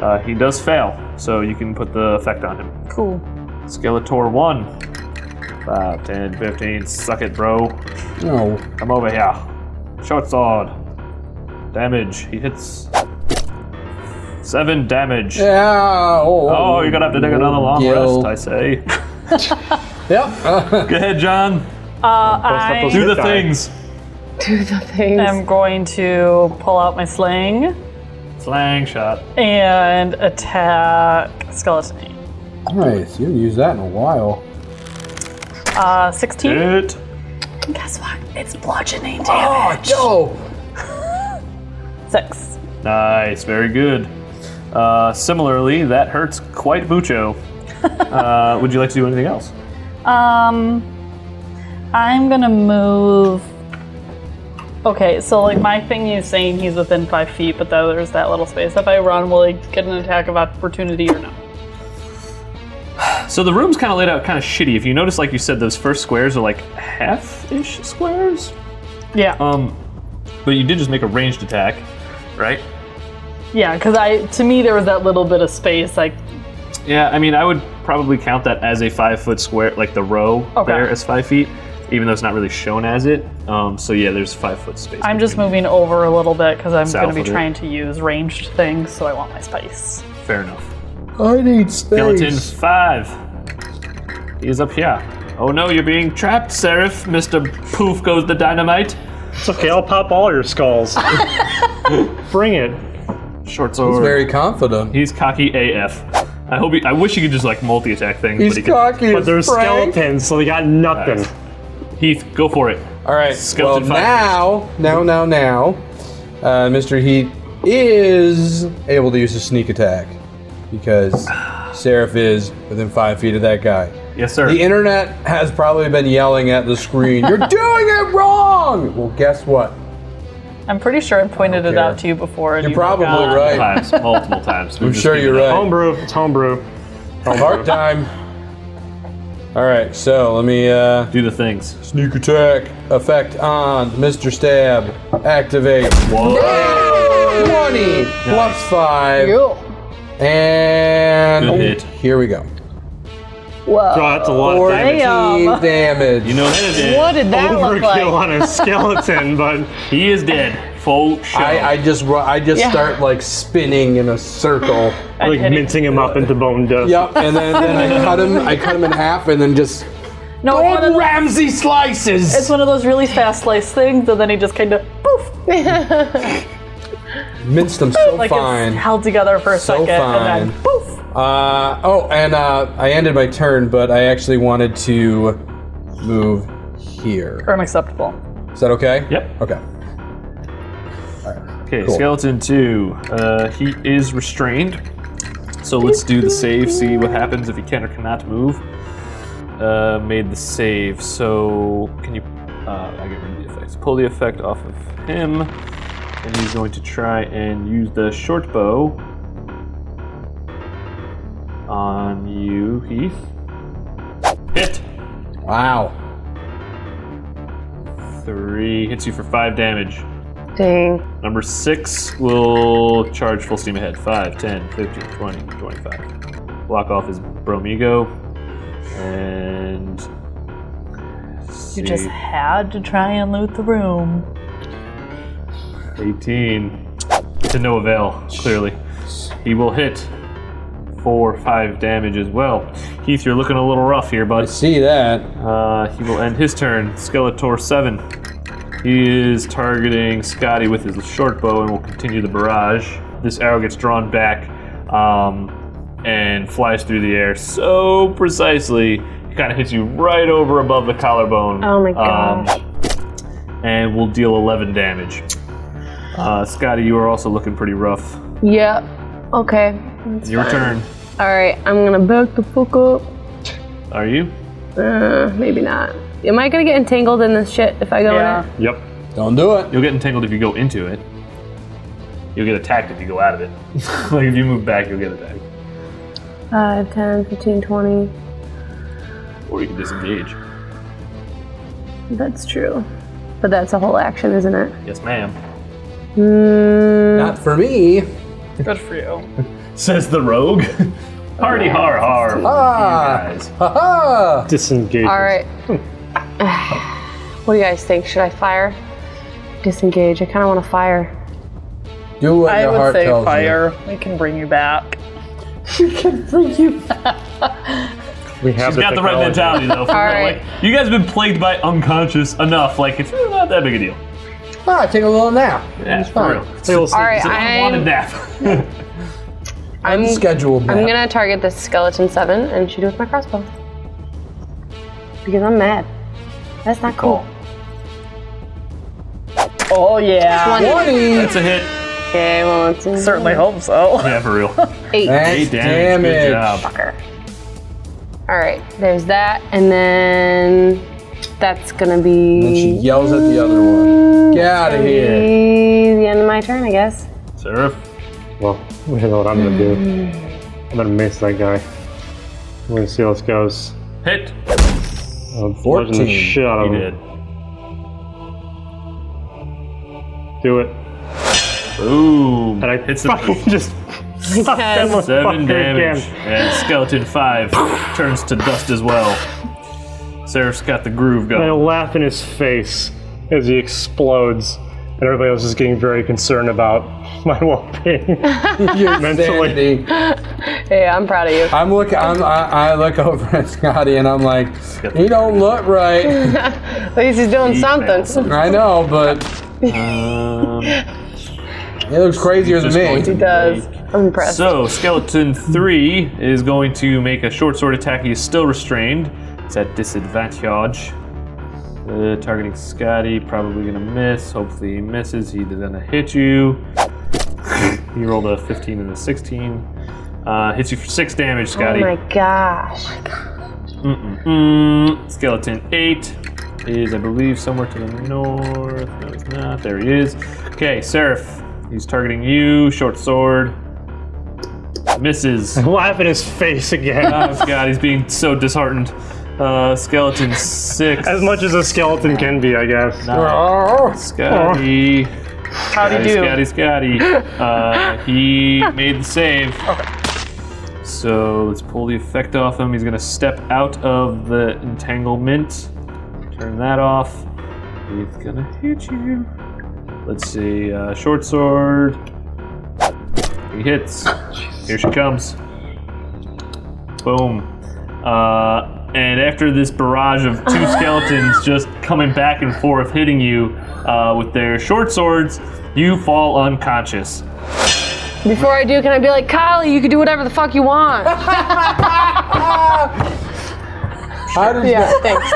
Uh, he does fail, so you can put the effect on him.
Cool.
Skeletor 1. 5, 10, 15. Suck it, bro.
No.
Come over here. Short sword. Damage. He hits. 7 damage.
Yeah. Oh,
Oh, you're gonna have to take another long
Gil.
rest, I say.
Yep. Uh,
Go ahead, John.
Uh, I
Do the
die.
things.
Do the things.
am going to pull out my sling
Slang shot.
and attack Skeleton 8.
nice. You haven't used that in a while.
Uh, 16?
Hit.
Guess what? It's bludgeoning
Oh,
damage.
yo.
Six.
Nice, very good. Uh, similarly, that hurts quite mucho. uh, would you like to do anything else?
Um, I'm gonna move. Okay, so like my thing is saying he's within five feet, but though there's that little space. If I run, will I get an attack of opportunity or no?
So the room's kind of laid out kind of shitty. If you notice, like you said, those first squares are like half-ish squares.
Yeah,
Um, but you did just make a ranged attack, right?
yeah. Because I, to me, there was that little bit of space. Like,
Yeah, I mean, I would probably count that as a five-foot square, like the row
Okay.
there as five feet, even though it's not really shown as it. Um, so yeah, there's five-foot space.
I'm just moving over a little bit because I'm
South
gonna be
of it.
trying to use ranged things, so I want my space.
Fair enough.
I need space.
Skeleton five. He's up here. Oh no, you're being trapped, Seraph. Mr. Poof goes the dynamite.
It's okay, I'll pop all your skulls. Bring it.
Short sword.
He's very confident.
He's cocky AF. I hope. He, I wish he could just like multi-attack things,
He's
but he
cocky
But
as
they're
Frank.
skeletons, so they got nothing.
Nice. can. Heath, go for it.
All right.
Skeleton
well, now, now, now, now, uh, Mr. Heat is able to use his sneak attack because Seraph is within five feet of that guy.
Yes, sir.
The internet has probably been yelling at the screen, "You're doing it wrong." Well, guess what?
I'm pretty sure I pointed it
care.
out to you before. And
You're
you
probably
forgot.
right.
times, multiple times.
I'm sure you're right.
Homebrew, it's homebrew.
Hard time. All right, so let me uh,
Do the things.
sneak attack effect on Mr. Stab. Activate.
Whoa.
20 plus 5.
Cool.
And
Good hit.
here we go.
Whoa.
Oh, that's a lot
Fourteen
Damn.
of damage.
damage.
You know that is it.
What did that look like?
Overkill on a skeleton, but
He is dead. Full show.
I, I just ru- I just
Yeah.
start like spinning in a circle.
like
hit it.
mincing him up into bone dust.
yep, and then, then I cut him. I cut him in half, and then just
No, it's one, of
Gordon
those,
Ramsay slices.
it's one of those really fast slice things, and then he just kind of poof,
Minced them so
like
fine.
it's held together for a
So
second, and
fine.
then poof.
Uh, oh, and uh, I ended my turn, but I actually wanted to move here.
Unacceptable.
Is that okay?
Yep.
Okay.
Okay,
Cool.
skeleton two. Uh, he is restrained. So let's do the save. See what happens if he can or cannot move. Uh, made the save. So can you? Uh, I get rid of the effects. Pull the effect off of him, and he's going to try and use the short bow on you, Heath. Hit.
Wow.
Three hits you for five damage.
Dang.
Number six will charge full steam ahead. 5, 10, 15, 20, 25. Block off his Bromigo. And.
You just had to try and loot the room.
18. To no avail, clearly. He will hit 4, 5 damage as well. Heath, you're looking a little rough here, bud.
See that?
Uh, he will end his turn. Skeletor 7. He is targeting Scotty with his short bow and will continue the barrage. This arrow gets drawn back um, and flies through the air so precisely, it kind of hits you right over above the collarbone.
Oh my
um,
gosh.
and will deal 11 damage. Uh, Scotty, you are also looking pretty rough.
Yep. Okay.
Your turn.
Alright, I'm gonna back the fuck up.
Are you?
Uh, maybe not. Am I gonna get entangled in this shit if I go in it?
Yep.
Don't do it.
You'll get entangled if you go into it. You'll get attacked if you go out of it. like if you move back, you'll get attacked.
5, 10, 15, 20.
Or you can disengage.
That's true. But that's a whole action, isn't it?
Yes, ma'am.
Mm,
Not for me.
Good for you.
Says the rogue. Hardy har har.
Ah.
Guys.
Ha ha.
Disengage.
Alright. what do you guys think? Should I fire? Disengage. I kind of want to fire.
Do what
I
your
would
heart
say
tells you.
fire. We can bring you back.
We have
She's got the right
technology.
mentality though. For
All
real.
right.
Like, you guys have been plagued by unconscious enough. Like it's really not that big a deal.
Ah, take a little nap.
Yeah, for
fine.
real.
They will
All right,
It's an unwanted
I'm,
nap.
I'm,
Scheduled nap.
I'm gonna target this skeleton seven and shoot it with my crossbow because I'm mad. That's not cool.
Oh yeah.
Twenty.
That's a hit.
Okay, well, it's a
Certainly hope so.
Yeah, for real.
eight.
That's
Eight damage. Good
damage.
job.
Fucker. All right, there's that, and then that's gonna
And she
be
yells at the other one. Get out of here.
be the end of my turn, I guess.
Seraph.
Well, we know what I'm gonna do.
Mm-hmm.
I'm gonna mace that guy. We're gonna see how this goes.
Hit.
I'm bludgeoning the
14.
shit out of
He
him.
did.
Do it.
Boom.
And I
hits the
fucking just fuck that
Yes.
Seven
motherfucker
damage.
again.
And skeleton five turns to dust as well. Seraph's got the groove
And I
going.
laugh in his face as he explodes. And everybody else is getting very concerned about my well-being.
Your
Mentally.
sanity.
Hey, I'm proud of you.
I'm look. I'm, I, I look over at Scotty and I'm like, he don't look right.
At least he's doing something.
I know, but
Um,
he looks crazier than
just going to
me.
does. I'm impressed.
So, skeleton three is going to make a short sword attack. He is still restrained. It's at disadvantage. Uh, targeting Scotty, probably gonna miss. Hopefully he misses. He doesn't hit you. he rolled a 15 and a 16. Uh, hits you for six damage,
oh
Scotty.
my gosh.
Mm-mm-mm. Skeleton 8 is, I believe, somewhere to the north. No, it's not. There he is. Okay, Seraph. He's targeting you. Short sword. Misses.
laugh in his face again.
oh, God, he's being so disheartened. Uh, skeleton 6.
as much as a skeleton can be, I guess.
Oh,
Scotty.
How do you do?
Scotty, Scotty. Uh, he made the save. So let's pull the effect off him. He's going to step out of the entanglement. Turn that off. He's going to hit you. Let's see. Uh, short sword. He hits. Here she comes. Boom. Uh, and after this barrage of two skeletons just coming back and forth hitting you uh, with their short swords, you fall unconscious.
Before I do, can I be like, Kylie, you can do whatever the fuck you want?
How does
Yeah, thanks.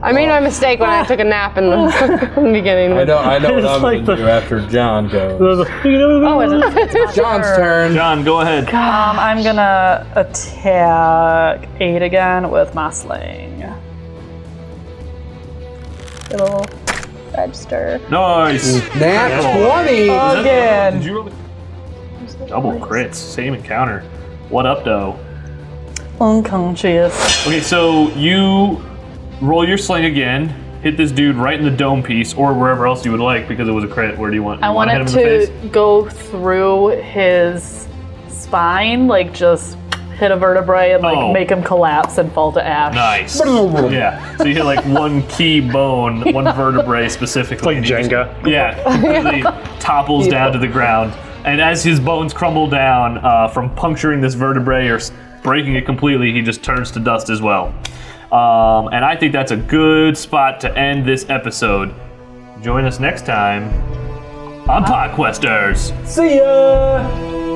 I made my mistake when I took a nap in the, in the beginning.
I know, I know what
It's
I'm
like
gonna
the-
do after John goes.
Oh, it is. It's my
John's turn.
John, go ahead.
Um, I'm gonna attack eight again with my sling. It'll register
Nice.
Nat 20.
Oh,
Is that the other-
again.
Did you roll the- Double crits, same encounter. What up, though?
Unconscious.
Okay, so you roll your sling again, hit this dude right in the dome piece, or wherever else you would like, because it was a crit. Where do you want?
I
you wanna
wanted
hit him in the
to
face?
go through his spine, like just hit a vertebrae and like
Oh.
make him collapse and fall to ash.
Nice. yeah. So you hit like one key bone, one vertebrae specifically.
Like
and he just-
Jenga.
Yeah. Completely topples down to the ground, and as his bones crumble down uh, from puncturing this vertebrae or s- breaking it completely, he just turns to dust as well. Um, and I think that's a good spot to end this episode. Join us next time on Podquesters.
See ya.